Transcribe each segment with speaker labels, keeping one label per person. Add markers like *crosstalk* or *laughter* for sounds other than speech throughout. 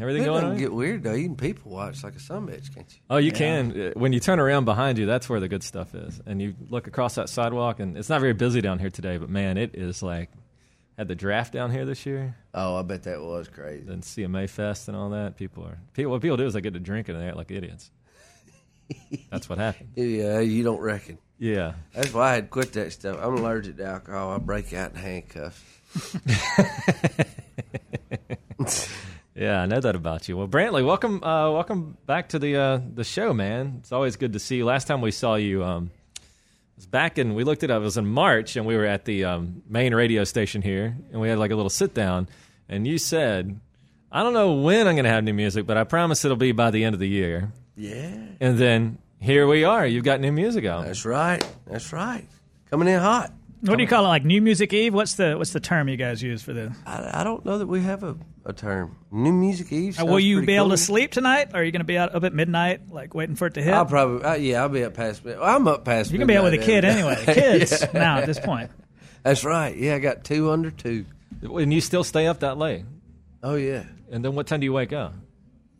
Speaker 1: Everything
Speaker 2: It
Speaker 1: going
Speaker 2: doesn't
Speaker 1: on?
Speaker 2: get weird though. You can people watch like a son of a bitch, can't you?
Speaker 1: oh, you can. Uh, When you turn around behind you, that's where the good stuff is. And you look across that sidewalk, and it's not very busy down here today, but man, it is like had the draft down here this year,
Speaker 2: Oh, I bet that was crazy.
Speaker 1: then CMA Fest and all that. People are people. What people do is they get to drinking and they act like idiots. That's what happened.
Speaker 2: Yeah, you don't reckon.
Speaker 1: Yeah.
Speaker 2: That's why I had quit that stuff. I'm allergic to alcohol. I break out in handcuffs.
Speaker 1: Yeah, I know that about you. Well, Brantley, welcome, uh, welcome back to the uh, the show, man. It's always good to see you. Last time we saw you um, was back in we looked it up. It was in March, and we were at the um, main radio station here, and we had like a little sit down. And you said, "I don't know when I'm going to have new music, but I promise it'll be by the end of the year."
Speaker 2: Yeah,
Speaker 1: And then here we are. You've got new music out.
Speaker 2: that's right. That's right. Coming in hot.
Speaker 3: What do you call it? Like New Music Eve? What's the what's the term you guys use for Uh, the?
Speaker 2: I, I don't know that we have a, a term. New music eve.
Speaker 3: Uh,
Speaker 2: sounds
Speaker 3: will you
Speaker 2: pretty
Speaker 3: be able
Speaker 2: cool.
Speaker 3: to sleep tonight? Or are you going to be out up at midnight, like waiting for it to hit?
Speaker 2: I'll probably. Uh, yeah, I'll be up past. mid- I'm up past.
Speaker 3: You're going to be out with a
Speaker 2: midnight
Speaker 3: kid
Speaker 2: every day. *laughs*
Speaker 3: anyway. Kids now at this point.
Speaker 2: That's right. Yeah, I got two under two.
Speaker 1: And you still stay up that late.
Speaker 2: Oh yeah.
Speaker 1: And then what time do you wake up?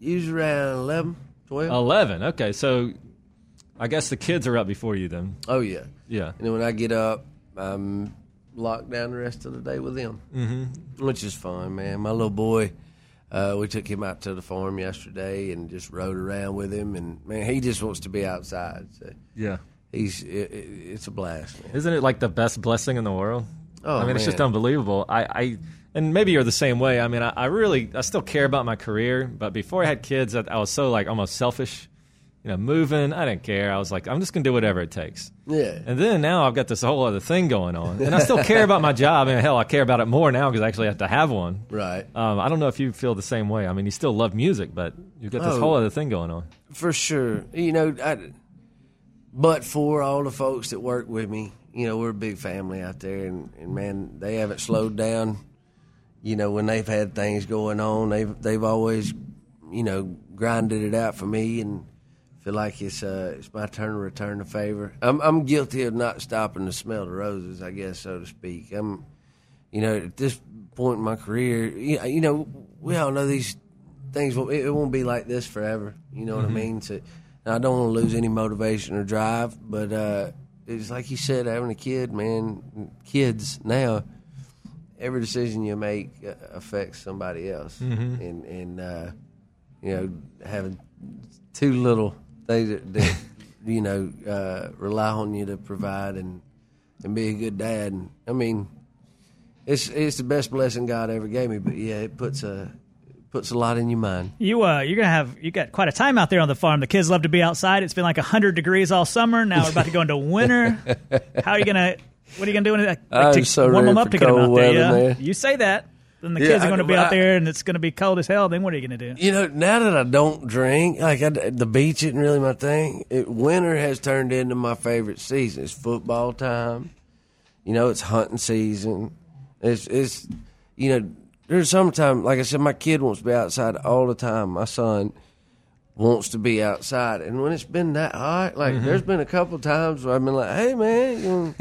Speaker 2: Usually around 11,
Speaker 3: Oh,
Speaker 2: 12.
Speaker 1: Eleven. Okay, so I guess the kids are up before you then.
Speaker 2: Oh yeah.
Speaker 1: Yeah.
Speaker 2: And then when I get up, I'm locked down the rest of the day with him, mm-hmm. which is fun, man. My little boy, uh, we took him out to the farm yesterday and just rode around with him, and man, he just wants to be outside. So
Speaker 1: Yeah.
Speaker 2: he's it, it, it's a blast, man.
Speaker 1: Isn't it like the best blessing in the world?
Speaker 2: Oh,
Speaker 1: I mean, it's
Speaker 2: man.
Speaker 1: just unbelievable. I, I, and maybe you're the same way. I mean, I, I really, I still care about my career, but before I had kids, I, I was so like almost selfish, you know, moving. I didn't care. I was like, I'm just gonna do whatever it takes.
Speaker 2: Yeah.
Speaker 1: And then now I've got this whole other thing going on, and I still *laughs* care about my job. And hell, I care about it more now because I actually have to have one.
Speaker 2: Right.
Speaker 1: Um, I don't know if you feel the same way. I mean, you still love music, but you've got this
Speaker 2: Oh.
Speaker 1: whole other thing going on.
Speaker 2: for sure. You know, I, but for all the folks that work with me, you know, we're a big family out there, and, and man, they haven't slowed down. You know, when they've had things going on, they've they've always, you know, grinded it out for me, and feel like it's uh it's my turn to return the favor. I'm I'm guilty of not stopping to smell the roses, I guess, so to speak. I'm you know, at this point in my career, you you know, we all know these things. won't- It it won't be like this forever. You know what I mean? So, and I don't want to lose any motivation or drive, but uh, it's like you said, having a kid, man, kids now. Every decision you make uh, affects somebody else, and and uh, you know, having two little things that, that you know uh, rely on you to provide and and be a good dad. And, I mean, it's it's the best blessing God ever gave me. But yeah, it puts a it puts a lot in your mind.
Speaker 3: You uh, you're gonna have you got quite a time out there on the farm. The kids love to be outside. It's been like hundred degrees all summer. Now we're about to go
Speaker 2: *laughs*
Speaker 3: into winter. How are you gonna? What are you gonna do? Like,
Speaker 2: I'm
Speaker 3: to
Speaker 2: so
Speaker 3: warm
Speaker 2: ready
Speaker 3: them up
Speaker 2: for
Speaker 3: to get them out
Speaker 2: cold
Speaker 3: there.
Speaker 2: weather,
Speaker 3: Yeah,
Speaker 2: man.
Speaker 3: you say that. Then the
Speaker 2: Yeah,
Speaker 3: kids are
Speaker 2: I
Speaker 3: going to
Speaker 2: know,
Speaker 3: be
Speaker 2: but
Speaker 3: out
Speaker 2: I-
Speaker 3: there, and it's going to be cold as hell. Then what are you going to do?
Speaker 2: You know, now that I don't drink, like I, the beach isn't really my thing. It, winter has turned into my favorite season. It's football time. You know, it's hunting season. It's it's you know, there's sometimes like I said, my kid wants to be outside all the time. My son wants to be outside, and when it's been that hot, like
Speaker 1: Mm-hmm.
Speaker 2: there's been a couple times where I've been like, "Hey man,
Speaker 1: *laughs*
Speaker 2: you wanna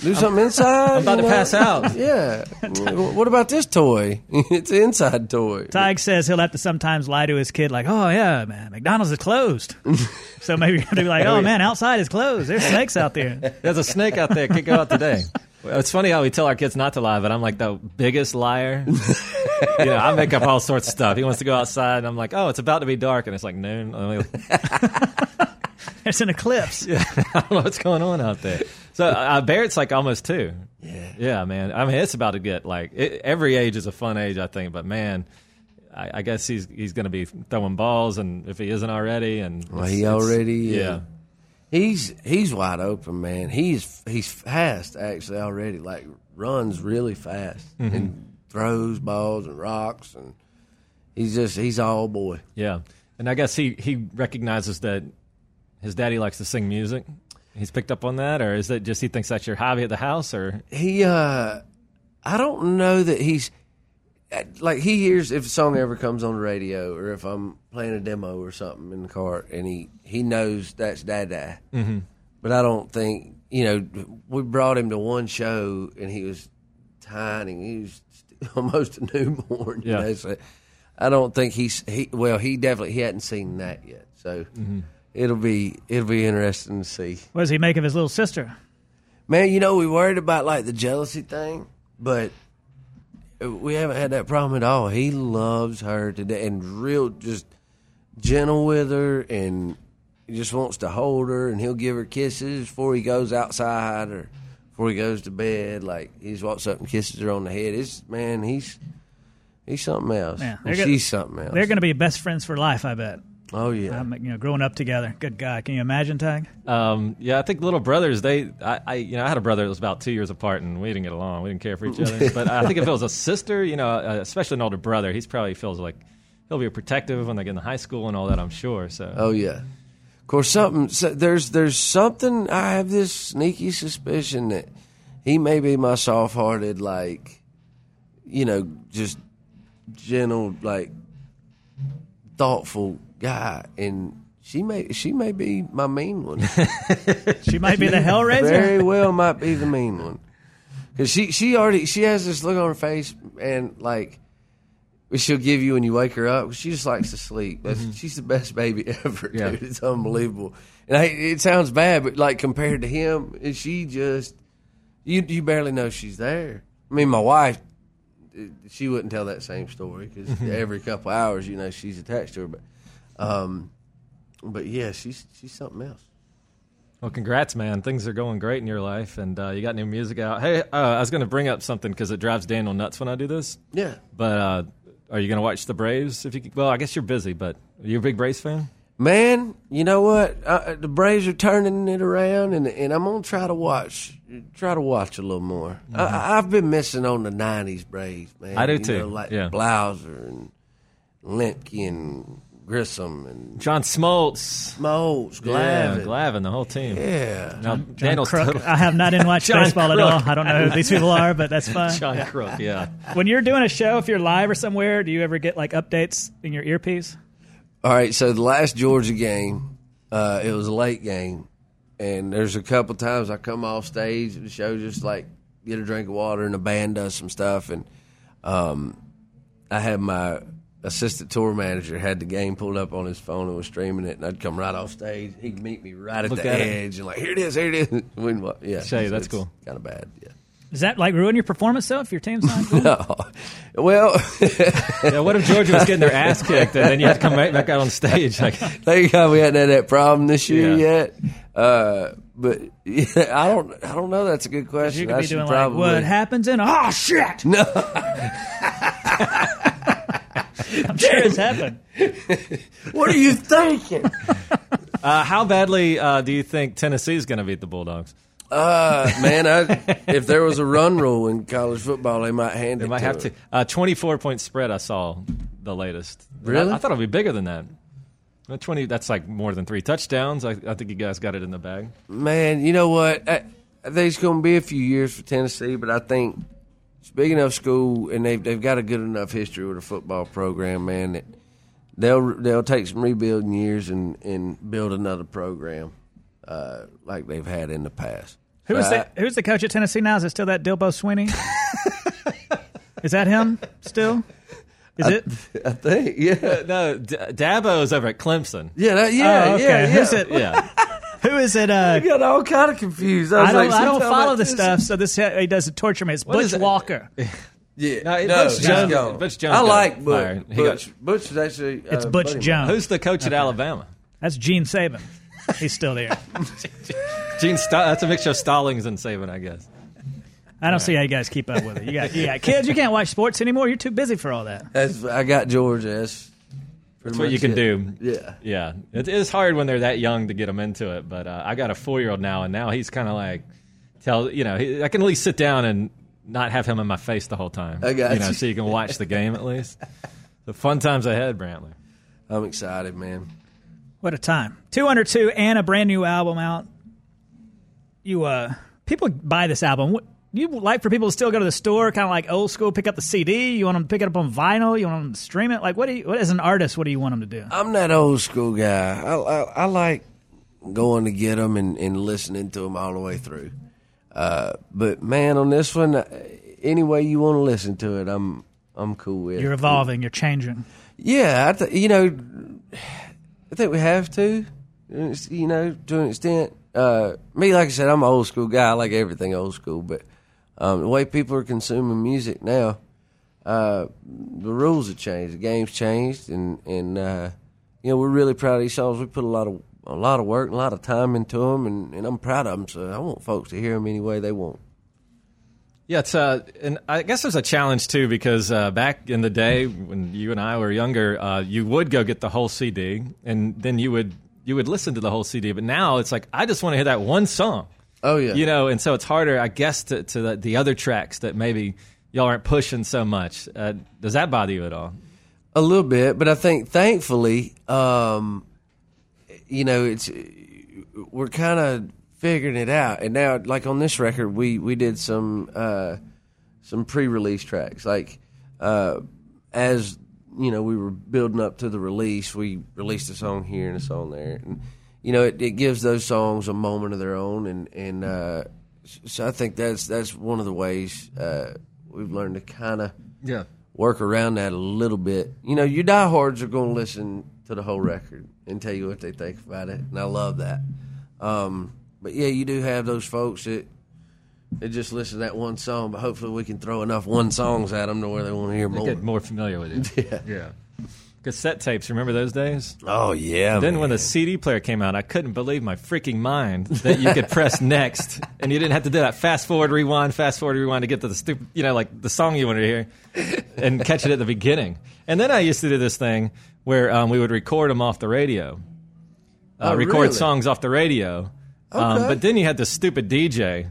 Speaker 2: do something inside." I'm
Speaker 1: about to pass out.
Speaker 2: Yeah. *laughs* W- what about this toy? *laughs* it's an inside toy.
Speaker 3: Tig says he'll have to sometimes lie to his kid, like, "Oh yeah, man, McDonald's
Speaker 2: *laughs*
Speaker 3: is closed." so maybe you're going to be like, "Oh man, outside is closed. There's snakes out there."
Speaker 1: There's a snake out there. Kick her out today. Well, It's funny how we tell our kids not to lie, but I'm like the biggest liar. you know, I make up all sorts of stuff. He wants to go outside, and I'm like, oh, it's about to be dark, and it's like noon. I'm like,
Speaker 3: There's an eclipse.
Speaker 1: *laughs* I don't know what's going on out there. So uh, Barrett's like almost two.
Speaker 2: Yeah.
Speaker 1: Yeah, man. I mean, it's about to get like it, every age is a fun age, I think. But man, I, I guess he's he's going to be throwing balls, and if he isn't already, and
Speaker 2: Well,
Speaker 1: it's-
Speaker 2: he
Speaker 1: it's-
Speaker 2: already
Speaker 1: yeah.
Speaker 2: is. He's he's wide open, man. He's he's fast actually already. Like
Speaker 1: Mm-hmm.
Speaker 2: runs really fast and throws balls and rocks and He's just he's all boy.
Speaker 1: Yeah, and I guess he he recognizes that his daddy likes to sing music. He's picked up on that, or is that just he thinks that's your hobby at the house? Or
Speaker 2: He uh, I don't know that he's uh, like he hears if a song ever comes on the radio or if I'm playing a demo or something in the car, and he he knows that's Dada. Mm-hmm. But I don't think you know. We brought him to one show, and he was tiny. He was *laughs* almost a newborn. You
Speaker 1: Yeah.
Speaker 2: know, so I don't think he's he. Well, he definitely he hadn't seen that yet. So it'll be it'll be interesting to see.
Speaker 3: What does he make of his little sister?
Speaker 2: Man, you know, we worried about like the jealousy thing, but we haven't had that problem at all. He loves her today and real just gentle with her and he just wants to hold her and he'll give her kisses before he goes outside or before he goes to bed. Like he just walks up and kisses her on the head. It's man, he's he's something else.
Speaker 3: Yeah, they're
Speaker 2: and
Speaker 3: gonna-
Speaker 2: she's something else.
Speaker 3: They're going to be best friends for life, I bet.
Speaker 2: oh yeah.
Speaker 3: Um, you know, growing up together. Good God, can you imagine, Tag?
Speaker 1: um, yeah, I think little brothers they I, I you know I had a brother that was about two years apart, and we didn't get along. We didn't care for each other. but I think if it was a sister, you know, uh, especially an older brother, he's probably feels like he'll be protective when they get into high school and all that. I'm sure. So
Speaker 2: Oh yeah. Of course, something so there's there's something. I have this sneaky suspicion that he may be my soft-hearted, like you know, just gentle, like thoughtful guy, and she may she may be my mean one. *laughs*
Speaker 3: She might be the Hellraiser.
Speaker 2: Very well, might be the mean one. Cause she she already she has this look on her face and like she'll give you when you wake her up. She just likes to sleep. That's, She's the best baby *laughs* ever,
Speaker 1: Yeah.
Speaker 2: dude. It's unbelievable. And I, it sounds bad, but like compared to him, and she just you you barely know she's there. I mean, my wife, uh, she wouldn't tell that same story because every couple hours, you know, she's attached to her. But um, but yeah, she's she's something else.
Speaker 1: Well, congrats, man. Things are going great in your life, and uh, you got new music out. Hey, uh, I was going to bring up something because it drives Daniel nuts when I do this.
Speaker 2: Yeah.
Speaker 1: But uh, are you going to watch the Braves? If you could? well, I guess you're busy, but are you a big Braves fan?
Speaker 2: Man, you know what? Uh, the Braves are turning it around, and and I'm gonna try to watch, try to watch a little more. I I, I've been missing on the '90s Braves, man.
Speaker 1: Mm-hmm. I do
Speaker 2: You
Speaker 1: too,
Speaker 2: Know, like
Speaker 1: yeah.
Speaker 2: Blauser and Limpke and Grissom and
Speaker 1: John Smoltz,
Speaker 2: Moles,
Speaker 1: Yeah,
Speaker 2: Glavin.
Speaker 1: Glavin, the whole team.
Speaker 2: Yeah.
Speaker 1: Now, Daniel's
Speaker 3: Crook.
Speaker 1: totally-
Speaker 3: I have not in watched
Speaker 1: John
Speaker 3: baseball at
Speaker 1: Crook.
Speaker 3: all. I don't know who these people are, but that's fine.
Speaker 1: *laughs* John Crook. Yeah,
Speaker 3: When you're doing a show, if you're live or somewhere, do you ever get like updates in your earpiece?
Speaker 2: All right, so the last Georgia game, uh, it was a late game, and there's a couple times I come off stage and the show just like get a drink of water and the band does some stuff, and um, I had my assistant tour manager had the game pulled up on his phone and was streaming it, and I'd come right off stage, he'd meet me right at
Speaker 1: Look
Speaker 2: the
Speaker 1: at it.
Speaker 2: edge and like here it is, here it is. *laughs* Wouldn't wa- yeah,
Speaker 1: Show you, that's cool.
Speaker 2: Kind of bad, yeah.
Speaker 3: Does that like ruin your performance though? If your team's
Speaker 2: *laughs*
Speaker 3: not good?
Speaker 2: Well, *laughs*
Speaker 1: yeah. What if Georgia was getting their ass kicked, and then you had to come right back out on stage? Like, *laughs*
Speaker 2: Thank God we hadn't had that problem this
Speaker 1: Yeah.
Speaker 2: year yet. Uh, but yeah, I don't, I don't know. That's a good question.
Speaker 3: you could
Speaker 2: I
Speaker 3: be
Speaker 2: should
Speaker 3: doing
Speaker 2: probably,
Speaker 3: like what happens in *laughs* oh shit. No, I'm sure it's happened.
Speaker 2: What are you thinking?
Speaker 1: uh, how badly uh, do you think Tennessee's going to beat the Bulldogs?
Speaker 2: *laughs* uh, man, I, if there was a run rule in college football, they might hand
Speaker 1: They
Speaker 2: it.
Speaker 1: might
Speaker 2: to
Speaker 1: have
Speaker 2: them.
Speaker 1: to. Uh, 24 point spread, I saw the latest.
Speaker 2: Really?
Speaker 1: I, I thought it would be bigger than that. Uh, 20, that's like more than three touchdowns. I, I think you guys got it in the bag.
Speaker 2: Man, you know what? I, I think it's going to be a few years for Tennessee, but I think it's a big enough school, and they've they've got a good enough history with a football program, man. That they'll they'll take some rebuilding years and and build another program uh, like they've had in the past.
Speaker 3: Who is
Speaker 2: So I-
Speaker 3: the Who's the coach at Tennessee now? Is it still that Dilbo *laughs* Sweeney? is that him still? Is it?
Speaker 2: I think, yeah,
Speaker 1: No, D- Dabo's over at Clemson.
Speaker 2: yeah, that, yeah,
Speaker 3: oh, okay.
Speaker 2: yeah, yeah.
Speaker 3: Who's it?
Speaker 1: Yeah.
Speaker 3: Who is it?
Speaker 2: I
Speaker 3: Uh,
Speaker 2: got all kind of confused. I, was
Speaker 3: I don't.
Speaker 2: like,
Speaker 3: I don't
Speaker 2: sometime
Speaker 3: follow
Speaker 2: I-
Speaker 3: this stuff. So this he doesn't torture me. It's
Speaker 1: What
Speaker 3: Butch
Speaker 1: is it?
Speaker 3: Walker.
Speaker 2: Yeah,
Speaker 1: No,
Speaker 2: no,
Speaker 1: it- Butch
Speaker 2: he's
Speaker 1: Jones-
Speaker 2: gone.
Speaker 1: Butch Jones
Speaker 2: I
Speaker 1: got
Speaker 2: like Butch.
Speaker 1: fired. He got-
Speaker 2: Butch, Butch is actually
Speaker 3: It's
Speaker 2: uh, buddy
Speaker 3: Butch
Speaker 2: of mine.
Speaker 3: Jones.
Speaker 1: Who's the coach at Alabama?
Speaker 3: That's Gene Saban. He's still there.
Speaker 1: Gene Sta- That's a mixture of Stallings and Saban, I guess.
Speaker 3: I don't see how you guys keep up with it. You got, you got kids. You can't watch sports anymore. You're too busy for all that.
Speaker 2: That's, I got Georgia. That's, pretty
Speaker 1: That's what
Speaker 2: much
Speaker 1: you can
Speaker 2: it.
Speaker 1: do.
Speaker 2: Yeah.
Speaker 1: Yeah. It is hard when they're that young to get them into it, but uh, I got a four year old now, and now he's kind of like, tell you know, he, I can at least sit down and not have him in my face the whole time.
Speaker 2: I got
Speaker 1: know,
Speaker 2: you. *laughs*
Speaker 1: so you can watch the game at least. The fun times ahead, Brantley.
Speaker 2: I'm excited, man.
Speaker 3: What a time. 202 and a brand new album out. You uh people buy this album. What you like for people to still go to the store, kind of like old school, pick up the CD. You want them to pick it up on vinyl. You want them to stream it. Like, what do you? What as an artist, what do you want them to do?
Speaker 1: Uh,
Speaker 2: I'm that old school guy. I, I, I like going to get them and, and listening to them all the way through. Uh, but man, on this one, uh, any way you want to listen to it, I'm I'm cool with.
Speaker 3: You're
Speaker 2: it.
Speaker 3: evolving. You're changing.
Speaker 2: Yeah, I th- you know, I think we have to, It's, you know, to an extent. Uh, me, like I said, I'm an old school guy. I like everything old school, but um, the way people are consuming music now, uh, the rules have changed, the game's changed, and and uh, you know we're really proud of these songs. We put a lot of a lot of work, and a lot of time into them, and, and I'm proud of them. So I want folks to hear them any way they want.
Speaker 1: Yeah, it's uh, and I guess there's a challenge too because uh, back in the day when you and I were younger, uh, you would go get the whole CD and then you would you would listen to the whole CD. But now it's like I just want to hear that one song,
Speaker 2: Oh yeah,
Speaker 1: you know, and so it's harder, I guess, to, to the, the other tracks that maybe y'all aren't pushing so much. Uh, does that bother you at all?
Speaker 2: A little bit, but I think thankfully, um, you know, it's we're kind of figuring it out. And now, like on this record, we we did some uh, some pre-release tracks. Like uh, as you know, we were building up to the release. We released a song here and a song there, and you know, it, it gives those songs a moment of their own. And and uh, so I think that's that's one of the ways uh, we've learned to kind of
Speaker 1: Yeah.
Speaker 2: work around that a little bit. You know, your diehards are going to listen to the whole record and tell you what they think about it, and I love that. Um, but yeah, you do have those folks that they just listen to that one song, but hopefully we can throw enough one songs at them to where they want to hear more.
Speaker 1: Get more familiar with it. Yeah. yeah. Cassette tapes, remember those days?
Speaker 2: Oh yeah.
Speaker 1: Then
Speaker 2: man.
Speaker 1: when the CD player came out, I couldn't believe my freaking mind that you could press next and you didn't have to do that fast forward, rewind, fast forward, rewind to get to the stupid, you know, like the song you wanted to hear and catch it at the beginning. And then I used to do this thing where um, we would record them off the radio, uh,
Speaker 2: Oh,
Speaker 1: record
Speaker 2: really?
Speaker 1: songs off the radio. Um,
Speaker 2: Okay.
Speaker 1: but then you had this stupid DJ,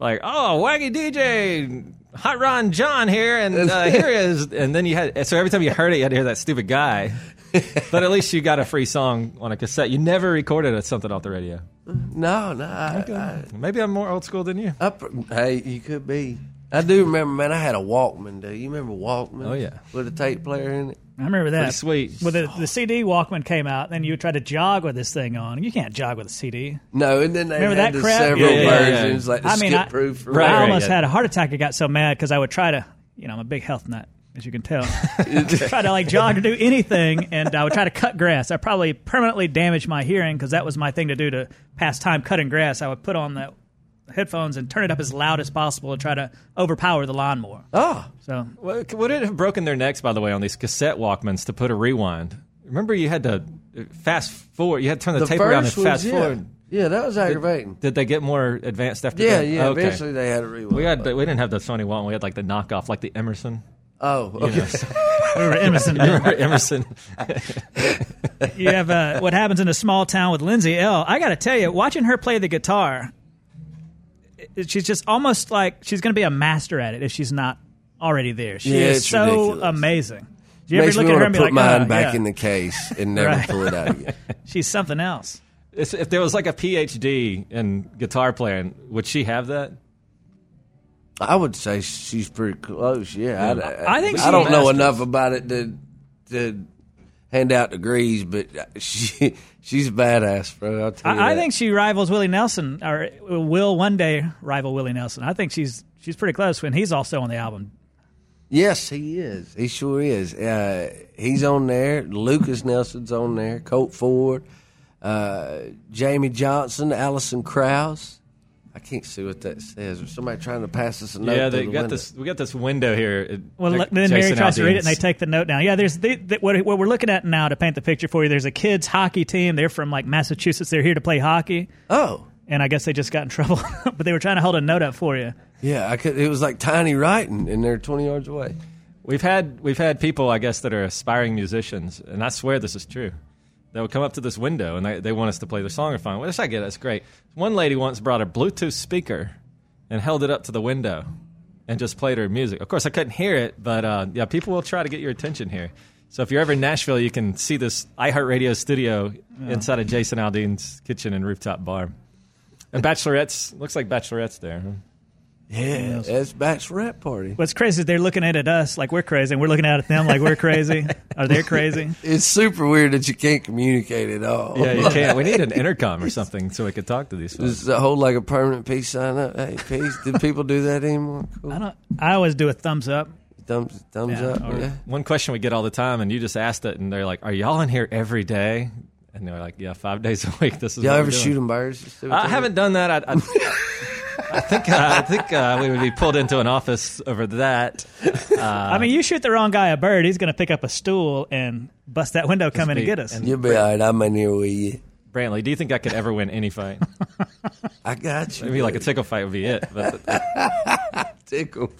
Speaker 1: like, oh, waggy DJ, Hot Ron John here, and *laughs* uh, here is, and then you had, so every time you heard it, you had to hear that stupid guy. *laughs* but at least you got a free song on a cassette. You never recorded something off the radio.
Speaker 2: no, no. I, I,
Speaker 1: Maybe I'm more old school than you.
Speaker 2: I pr- hey, you could be. I do remember, man. I had a Walkman. Do you remember Walkman?
Speaker 1: Oh, yeah.
Speaker 2: with a tape player in it.
Speaker 3: I remember that.
Speaker 1: Pretty sweet.
Speaker 3: Well, the, the CD Walkman came out, and you try to jog with this thing on. You can't jog with a CD.
Speaker 2: No, and then they
Speaker 3: Remember
Speaker 2: had
Speaker 3: that
Speaker 2: the
Speaker 3: crap?
Speaker 2: several
Speaker 1: Yeah, yeah, yeah.
Speaker 2: versions, like the
Speaker 3: I mean, I,
Speaker 2: skip-proof or
Speaker 3: I
Speaker 1: right,
Speaker 2: whatever.
Speaker 3: almost
Speaker 1: yeah.
Speaker 3: had a heart attack. I got so mad because I would try to, you know, I'm a big health nut, as you can tell. try to like jog or do anything, and I would try to cut grass. I probably permanently damaged my hearing because that was my thing to do to pass time cutting grass. I would put on the headphones and turn it up as loud as possible to try to overpower the lawnmower.
Speaker 2: Oh,
Speaker 3: So
Speaker 1: Well, c- Would it have broken their necks, by the way, on these cassette Walkmans to put a rewind? Remember, you had to uh, fast forward. You had to turn the,
Speaker 2: the
Speaker 1: tape
Speaker 2: first
Speaker 1: around and
Speaker 2: was,
Speaker 1: fast
Speaker 2: yeah.
Speaker 1: forward.
Speaker 2: Yeah, that was aggravating.
Speaker 1: Did they get more advanced after
Speaker 2: yeah,
Speaker 1: that?
Speaker 2: yeah.
Speaker 1: Okay.
Speaker 2: Eventually, they had a rewind.
Speaker 1: We had we didn't have the Sony one. We had like the knockoff, like the Emerson.
Speaker 2: *laughs* oh, okay.
Speaker 3: I remember Emerson.
Speaker 1: Remember Emerson?
Speaker 3: you have uh, what happens in a small town with Lindsay L. I got to tell you, watching her play the guitar, it- she's just almost like she's going to be a master at it if she's not already there. She
Speaker 2: Yeah,
Speaker 3: is
Speaker 2: it's
Speaker 3: so
Speaker 2: ridiculous.
Speaker 3: amazing. Do
Speaker 2: Makes me want to put mine
Speaker 3: "Oh,
Speaker 2: back
Speaker 3: yeah,
Speaker 2: in the case
Speaker 1: *laughs*
Speaker 2: and never
Speaker 3: Right.
Speaker 2: pull it out again.
Speaker 3: she's something else.
Speaker 1: It's- if there was like a PhD in guitar playing, would she have that?
Speaker 2: I would say she's pretty close. Yeah, I,
Speaker 3: I think
Speaker 2: I
Speaker 3: she-
Speaker 2: don't know
Speaker 1: Masters.
Speaker 2: enough about it to to hand out degrees, but *laughs* she she's a badass, bro. I'll tell you
Speaker 3: I, I
Speaker 2: that.
Speaker 3: think she rivals Willie Nelson, or will one day rival Willie Nelson. I think she's she's pretty close when he's also on the album.
Speaker 2: yes, he is. He sure is. Uh, he's on there. Lucas Nelson's on there. Colt Ford, uh, Jamie Johnson, Allison Krause. I can't see what that says. Is somebody trying to pass us a note?
Speaker 1: yeah,
Speaker 2: through
Speaker 1: they
Speaker 2: the
Speaker 1: got
Speaker 2: window?
Speaker 1: this. We got this window here. at
Speaker 3: Well,
Speaker 1: Jack-
Speaker 3: look, then Mary
Speaker 1: Jason
Speaker 3: tries to read it, and they
Speaker 1: Aldean's.
Speaker 3: take the note down. Yeah, there's the, the, what, what we're looking at now to paint the picture for you. There's a kids hockey team. They're from like Massachusetts. They're here to play hockey,
Speaker 2: Oh,
Speaker 3: and I guess they just got in *laughs* trouble. but they were trying to hold a note up for you.
Speaker 2: Yeah, I could. It was like tiny writing, and they're twenty yards away.
Speaker 1: We've had we've had people, I guess, that are aspiring musicians, and I swear this is true. They would come up to this window and they, they want us to play their song or find which I get. That's great. One lady once brought a Bluetooth speaker and held it up to the window and just played her music. Of course, I couldn't hear it, but uh, yeah, people will try to get your attention here. So if you're ever in Nashville, you can see this iHeartRadio studio inside of Jason Aldean's kitchen and rooftop bar. And Bachelorette's looks like Bachelorette's there. huh?
Speaker 2: Yeah, that's bachelorette party.
Speaker 3: What's crazy is they're looking at us like we're crazy, and we're looking out at them like
Speaker 1: *laughs*
Speaker 3: we're crazy. Are they crazy?
Speaker 2: It's super weird that you can't communicate at all.
Speaker 1: Yeah,
Speaker 2: *laughs*
Speaker 1: you can't. We need an intercom or something so we could talk to these folks.
Speaker 2: Does it hold like a permanent peace sign up? Hey, peace. Do people do that anymore?
Speaker 3: I
Speaker 2: Cool.
Speaker 3: don't. I always do a thumbs up.
Speaker 2: Thumbs, thumbs
Speaker 3: Yeah,
Speaker 2: up.
Speaker 1: oh,
Speaker 3: or-
Speaker 2: Yeah.
Speaker 1: One question we get all the time, and you just asked it, and they're like, "Are y'all in here every day?" And they're like, "Yeah, five *laughs* days a week. This is
Speaker 2: Y'all
Speaker 1: what
Speaker 2: ever
Speaker 1: we're doing."
Speaker 2: shoot 'em birds?
Speaker 1: I haven't done that. I, I, I think *laughs* I think uh, we would be pulled into an office over that. Uh,
Speaker 3: I mean, you shoot the wrong guy a bird, he's going to pick up a stool and bust that window, come in and
Speaker 1: be-
Speaker 3: get us.
Speaker 1: and-
Speaker 2: You'll be all right. I'm in here with you.
Speaker 1: Brantley, do you think I could ever win any fight?
Speaker 2: I got you.
Speaker 1: Maybe like a
Speaker 2: buddy.
Speaker 1: tickle fight would be it. But
Speaker 2: tickle.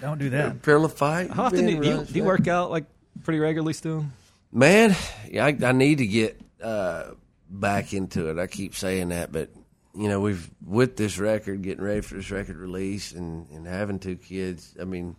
Speaker 3: Don't do
Speaker 2: *laughs*
Speaker 3: that.
Speaker 2: Pillow fight.
Speaker 1: how often do you,
Speaker 2: Ben
Speaker 1: do you,
Speaker 2: Rush,
Speaker 1: do you
Speaker 2: man.
Speaker 1: work out like pretty regularly still?
Speaker 2: Man, yeah, I, I need to get uh, back into it. I keep saying that, but you know, we've with this record, getting ready for this record release, and, and having two kids. I mean,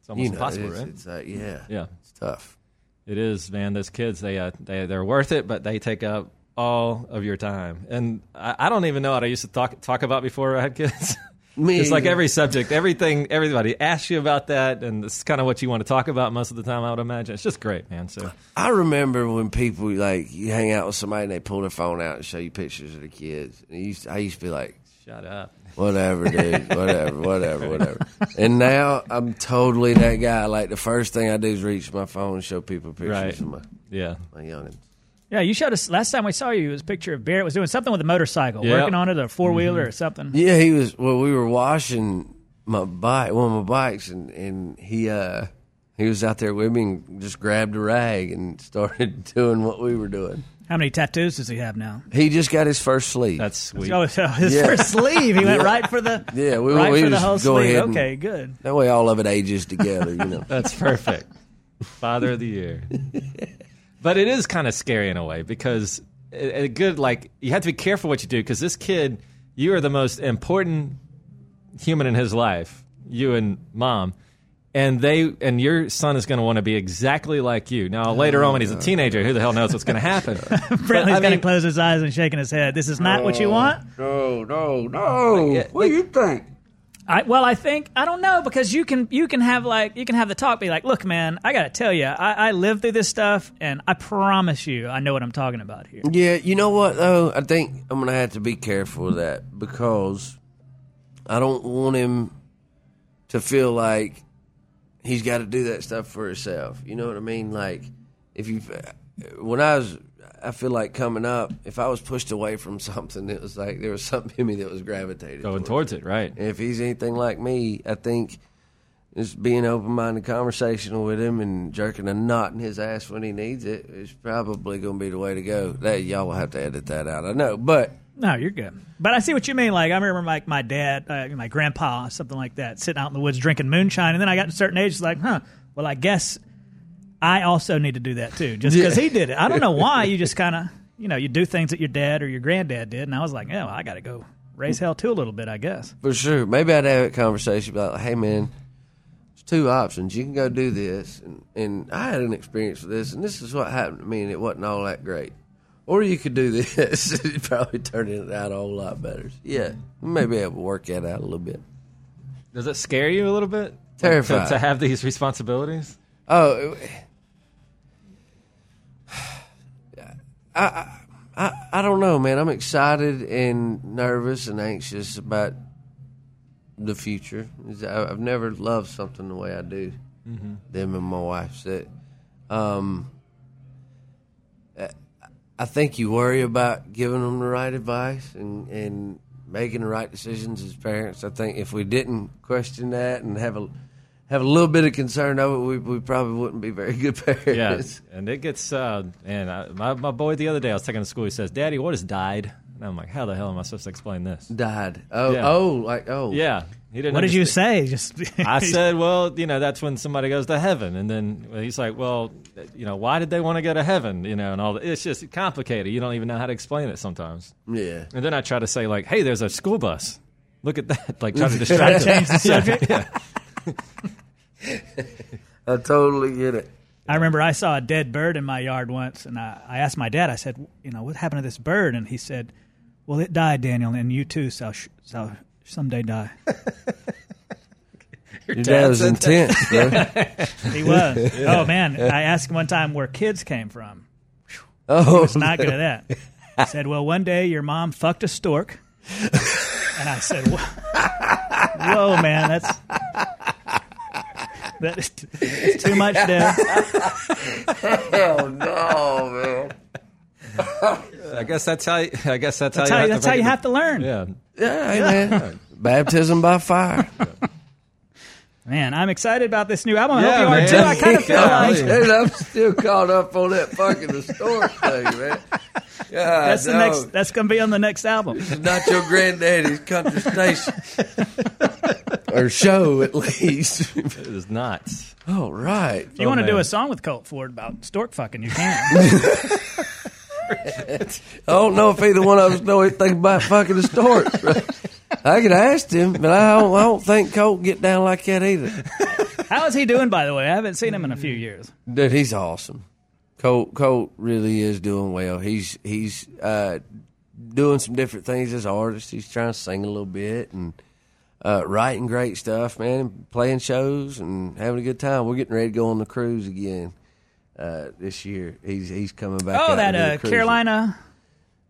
Speaker 1: It's almost
Speaker 2: you know,
Speaker 1: impossible,
Speaker 2: it's,
Speaker 1: right?
Speaker 2: it's like yeah,
Speaker 1: yeah,
Speaker 2: it's tough.
Speaker 1: it is, man. Those kids, they uh, they they're worth it, but they take up all of your time. And I, I don't even know what I used to talk talk about before I had kids. *laughs*
Speaker 2: Me
Speaker 1: it's like
Speaker 2: either.
Speaker 1: every subject, everything, everybody asks you about that, and it's kind of what you want to talk about most of the time. I would imagine it's just great, man. So
Speaker 2: I remember when people like you hang out with somebody and they pull their phone out and show you pictures of the kids. And it used I used to be like,
Speaker 1: shut up. *laughs*
Speaker 2: whatever, dude, whatever, whatever, whatever. And now I'm totally that guy. Like the first thing I do is reach my phone and show people pictures
Speaker 1: Right.
Speaker 2: of my
Speaker 1: Yeah.
Speaker 2: my youngins.
Speaker 3: Yeah, you showed us last time we saw you. It was a picture of Barrett was doing something with a motorcycle,
Speaker 1: Yeah. Mm-hmm.
Speaker 3: working on it, a four wheeler or something.
Speaker 2: Yeah, he was. Well, we were washing my bike, one of my bikes, and and he uh he was out there with me and just grabbed a rag and *laughs* started doing what we were doing.
Speaker 3: How many tattoos does he have now?
Speaker 2: He just got his first sleeve.
Speaker 1: That's sweet.
Speaker 3: Oh, so *laughs* his
Speaker 2: Yeah.
Speaker 3: first sleeve. He went right for the
Speaker 2: Yeah, we-
Speaker 3: right
Speaker 2: we
Speaker 3: for the
Speaker 2: just
Speaker 3: whole
Speaker 2: go
Speaker 3: sleeve.
Speaker 2: ahead and-
Speaker 3: Okay, good.
Speaker 2: that way, all of it ages together. You know.
Speaker 1: *laughs* That's perfect. Father of the year. But it is kind of scary in a way because a a good like you have to be careful what you do because this kid, you are the most important human in his life, you and mom. And they and your son is going to want to be exactly like you. Now later on when he's a teenager, who the hell knows what's going to happen? But,
Speaker 3: Brantley's
Speaker 1: I
Speaker 3: got to
Speaker 1: mean,
Speaker 3: close his eyes and shaking his head. This is not what
Speaker 2: Oh.
Speaker 3: you want.
Speaker 2: No, no, no.
Speaker 1: Yeah,
Speaker 2: What do you think?
Speaker 3: I, well, I think I don't know because you can you can have like you can have the talk be like, look, man, I gotta tell you, I, I lived through this stuff, and I promise you, I know what I'm talking about here.
Speaker 2: Yeah, you know what though? I think I'm gonna have to be careful with that because I don't want him to feel like he's got to do that stuff for himself. You know what I mean? Like if you, when I was, I feel like coming up, if I was pushed away from *laughs* something, it was like there was something in me that was gravitated
Speaker 1: going
Speaker 2: towards.
Speaker 1: towards it, right?
Speaker 2: And if he's anything like me, I think just being open minded conversational with him and jerking a knot in his ass when he needs it is probably going to be the way to go. That y'all will have to edit that out. I know, but
Speaker 3: No, you're good. But I see what you mean. Like I remember, like my dad, uh, my grandpa, something like that, sitting out in the woods drinking moonshine, and then I got to a certain age, it's like, huh? Well, I guess I also need to do that too, just because he did it. I
Speaker 1: *laughs*
Speaker 3: don't know why. You just kind of, you know, you do things that your dad or your granddad did, and I was like, yeah, well, I got to go raise hell too a little bit, I guess.
Speaker 2: for sure, maybe I'd have a conversation about, hey man, there's two options. You can go do this, and and I had an experience with this, and this is what happened to me, and it wasn't all that great. Or you could do *laughs* this. It'd probably turn it out a whole lot better. Yeah, maybe I would work that out a little bit.
Speaker 1: Does it scare you a little bit? Like, to-
Speaker 2: Terrified.
Speaker 1: to have these responsibilities.
Speaker 2: Oh, I, I, I don't know, man. I'm excited and nervous and anxious about the future. Is- I- I've never loved something the way I do.
Speaker 1: Mm-hmm.
Speaker 2: Them and my wife said, um, I- I think you worry about giving them the right advice and and making the right decisions as parents. I think if we didn't question that and have a have a little bit of concern over it, we, we probably wouldn't be very good *laughs*
Speaker 3: *laughs*
Speaker 1: Yeah,
Speaker 2: parents.
Speaker 1: and it gets uh, and I, my my boy the other day I was taking him to school. He says, "Daddy, what is died?" And I'm like, "How the hell am I supposed to explain this?"
Speaker 2: Died. Oh,
Speaker 1: Yeah.
Speaker 2: oh, like oh,
Speaker 1: Yeah, he didn't.
Speaker 3: What did you
Speaker 1: understand.
Speaker 3: say? *laughs* Just
Speaker 1: I said, "Well, you know, that's when somebody goes to heaven." And then he's like, "Well, you know, why did they want to go to heaven?" You know, and all that. It's just complicated. You don't even know how to explain it sometimes.
Speaker 2: yeah.
Speaker 1: And then I try to say like, "Hey, there's a school bus. Look at that!" *laughs* Like trying to distract him.
Speaker 3: change the subject.
Speaker 2: I totally get it.
Speaker 3: *laughs* I remember I saw a dead bird in my yard once, and I, I asked my dad. I said, "You know, what happened to this bird?" And he said, "Well, it died, Daniel, and you too shall sh- shall someday die."
Speaker 2: Your dad was
Speaker 3: *laughs*
Speaker 2: intense, bro.
Speaker 3: He was.
Speaker 1: *laughs*
Speaker 3: Oh man, I asked him one time where kids came from.
Speaker 2: Oh,
Speaker 3: was not good at that. I said, "Well, one day your mom fucked a stork," and I said, "Wha- "Whoa, man, that's *laughs* that is t- that's too much there."
Speaker 2: hell no, man.
Speaker 1: I guess that's how. You, I guess that's,
Speaker 3: That's
Speaker 1: how.
Speaker 3: how
Speaker 1: You
Speaker 3: you, that's how you have to learn,
Speaker 1: Yeah.
Speaker 2: Yeah, hey, man. Baptism by *laughs* fire.
Speaker 3: man. I'm excited about this new album. I
Speaker 1: Yeah,
Speaker 3: hope you
Speaker 1: man.
Speaker 3: are too. I kind of feel
Speaker 1: *laughs* Yeah.
Speaker 3: like
Speaker 2: Dude, I'm still caught up on that fucking historic thing, man. God,
Speaker 3: that's the
Speaker 2: dog.
Speaker 3: next. That's gonna be on the next album.
Speaker 1: Oh,
Speaker 2: It's not your granddaddy's country station. *laughs* or show, at least. *laughs*
Speaker 1: It is not.
Speaker 2: All right.
Speaker 3: If you want to do
Speaker 1: man.
Speaker 3: a song with Colt Ford about stork fucking, you can. *laughs*
Speaker 2: I don't know if either one of us know anything about fucking historic. I could ask him, but I don't, I don't think Colt get down like that either.
Speaker 3: how is he doing, by the way? I haven't seen him in a few years.
Speaker 2: Dude, he's awesome. Colt Colt really is doing well. He's he's uh, doing some different things as an artist. He's trying to sing a little bit and uh, writing great stuff, man. And playing shows and having a good time. We're getting ready to go on the cruise again uh, this year. He's he's coming back.
Speaker 3: Oh,
Speaker 2: out
Speaker 3: that
Speaker 2: to do the
Speaker 3: uh,
Speaker 2: cruise.
Speaker 3: Carolina.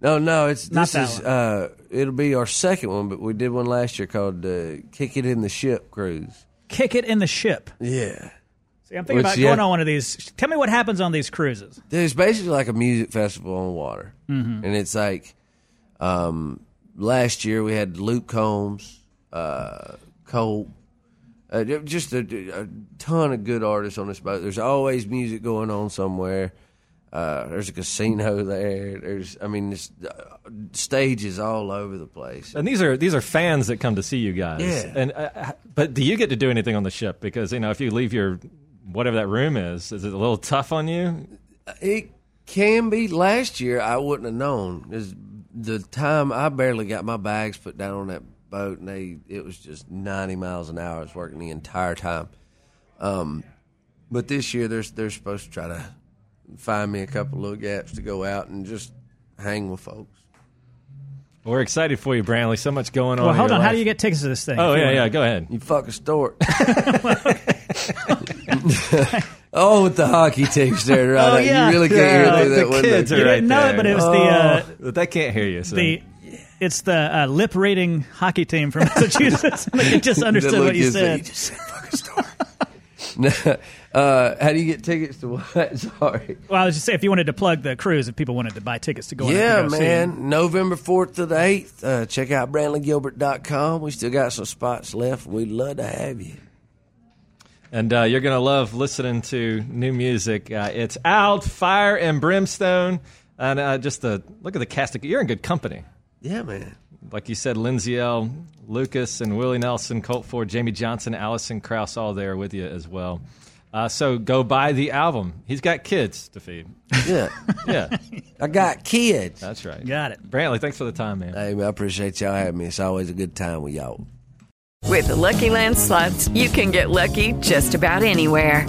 Speaker 2: No, no, it's
Speaker 3: Not
Speaker 2: this
Speaker 3: that
Speaker 2: is
Speaker 3: one.
Speaker 2: uh, it'll be our second one, but we did one last year called uh, "Kick It in the Ship" cruise.
Speaker 3: Kick it in the ship.
Speaker 2: Yeah.
Speaker 3: See, I'm thinking
Speaker 2: Which,
Speaker 3: about
Speaker 2: yeah.
Speaker 3: going on one of these. Tell me what happens on these cruises.
Speaker 2: It's basically like a music festival on water, mm-hmm. and it's like um, last year we had Luke Combs, uh, Cole, uh, ju- just a, a ton of good artists on this boat. There's always music going on somewhere. Uh, there's a casino *laughs* there. There's, I mean, there's uh, stages all over the place.
Speaker 1: And these are these are fans that come to see you guys.
Speaker 2: Yeah.
Speaker 1: And uh, but do you get to do anything on the ship? Because you know if you leave your whatever that room is, is it a little tough on you?
Speaker 2: It can be. Last year, I wouldn't have known. Is the time I barely got my bags put down on that boat, and they it was just ninety miles an hour. I was working the entire time. Um, but this year, they're they're supposed to try to find me a couple little gaps to go out and just hang with folks.
Speaker 1: We're excited for you, Brantley. So much going on.
Speaker 3: Well,
Speaker 1: in
Speaker 3: hold
Speaker 1: Oh, your
Speaker 3: on. How
Speaker 1: life.
Speaker 3: do you get tickets to this thing?
Speaker 1: Oh
Speaker 3: If you
Speaker 1: yeah,
Speaker 3: wanna-
Speaker 1: yeah. Go ahead.
Speaker 2: You fuck
Speaker 1: *laughs*
Speaker 2: a stork. *laughs* oh, with the hockey tapes there, right?
Speaker 3: Oh, yeah.
Speaker 2: You really can't
Speaker 1: Yeah,
Speaker 2: hear through that
Speaker 1: the
Speaker 2: window.
Speaker 1: kids are
Speaker 3: You
Speaker 1: right
Speaker 3: didn't know
Speaker 1: there. Oh.
Speaker 3: it, but it was the uh,
Speaker 1: But they can't hear you. So.
Speaker 3: the it's the uh, lip reading hockey team from *laughs* Massachusetts. they just understood
Speaker 2: look
Speaker 3: what you
Speaker 2: is that
Speaker 3: said.
Speaker 2: just said fucking star. *laughs* uh, how do you get tickets to what? *laughs* Sorry.
Speaker 3: Well, I was just saying if you wanted to plug the cruise, if people wanted to buy tickets to go, on it
Speaker 2: Yeah,
Speaker 3: to go see it.
Speaker 2: man. November 4th to the 8th. Uh, check out BrantleyGilbert.com. We still got some spots left. We'd love to have you.
Speaker 1: And uh, you're going to love listening to new music. Uh, it's out, fire and brimstone, and uh, just the look at the cast. You're in good company,
Speaker 2: Yeah, man.
Speaker 1: like you said, Lindsay L, Lucas, and Willie Nelson, Colt Ford, Jamie Johnson, Allison Krauss, all there with you as well. Uh, so go buy the album. He's got kids to
Speaker 3: *laughs*
Speaker 1: feed.
Speaker 2: Yeah. *laughs*
Speaker 1: Yeah,
Speaker 2: I got kids.
Speaker 1: that's right.
Speaker 3: Got it.
Speaker 1: Brantley, thanks for the time, man.
Speaker 2: Hey, man, I appreciate y'all having me. It's always a good time with y'all.
Speaker 4: With the Lucky Land slots, you can get lucky just about anywhere.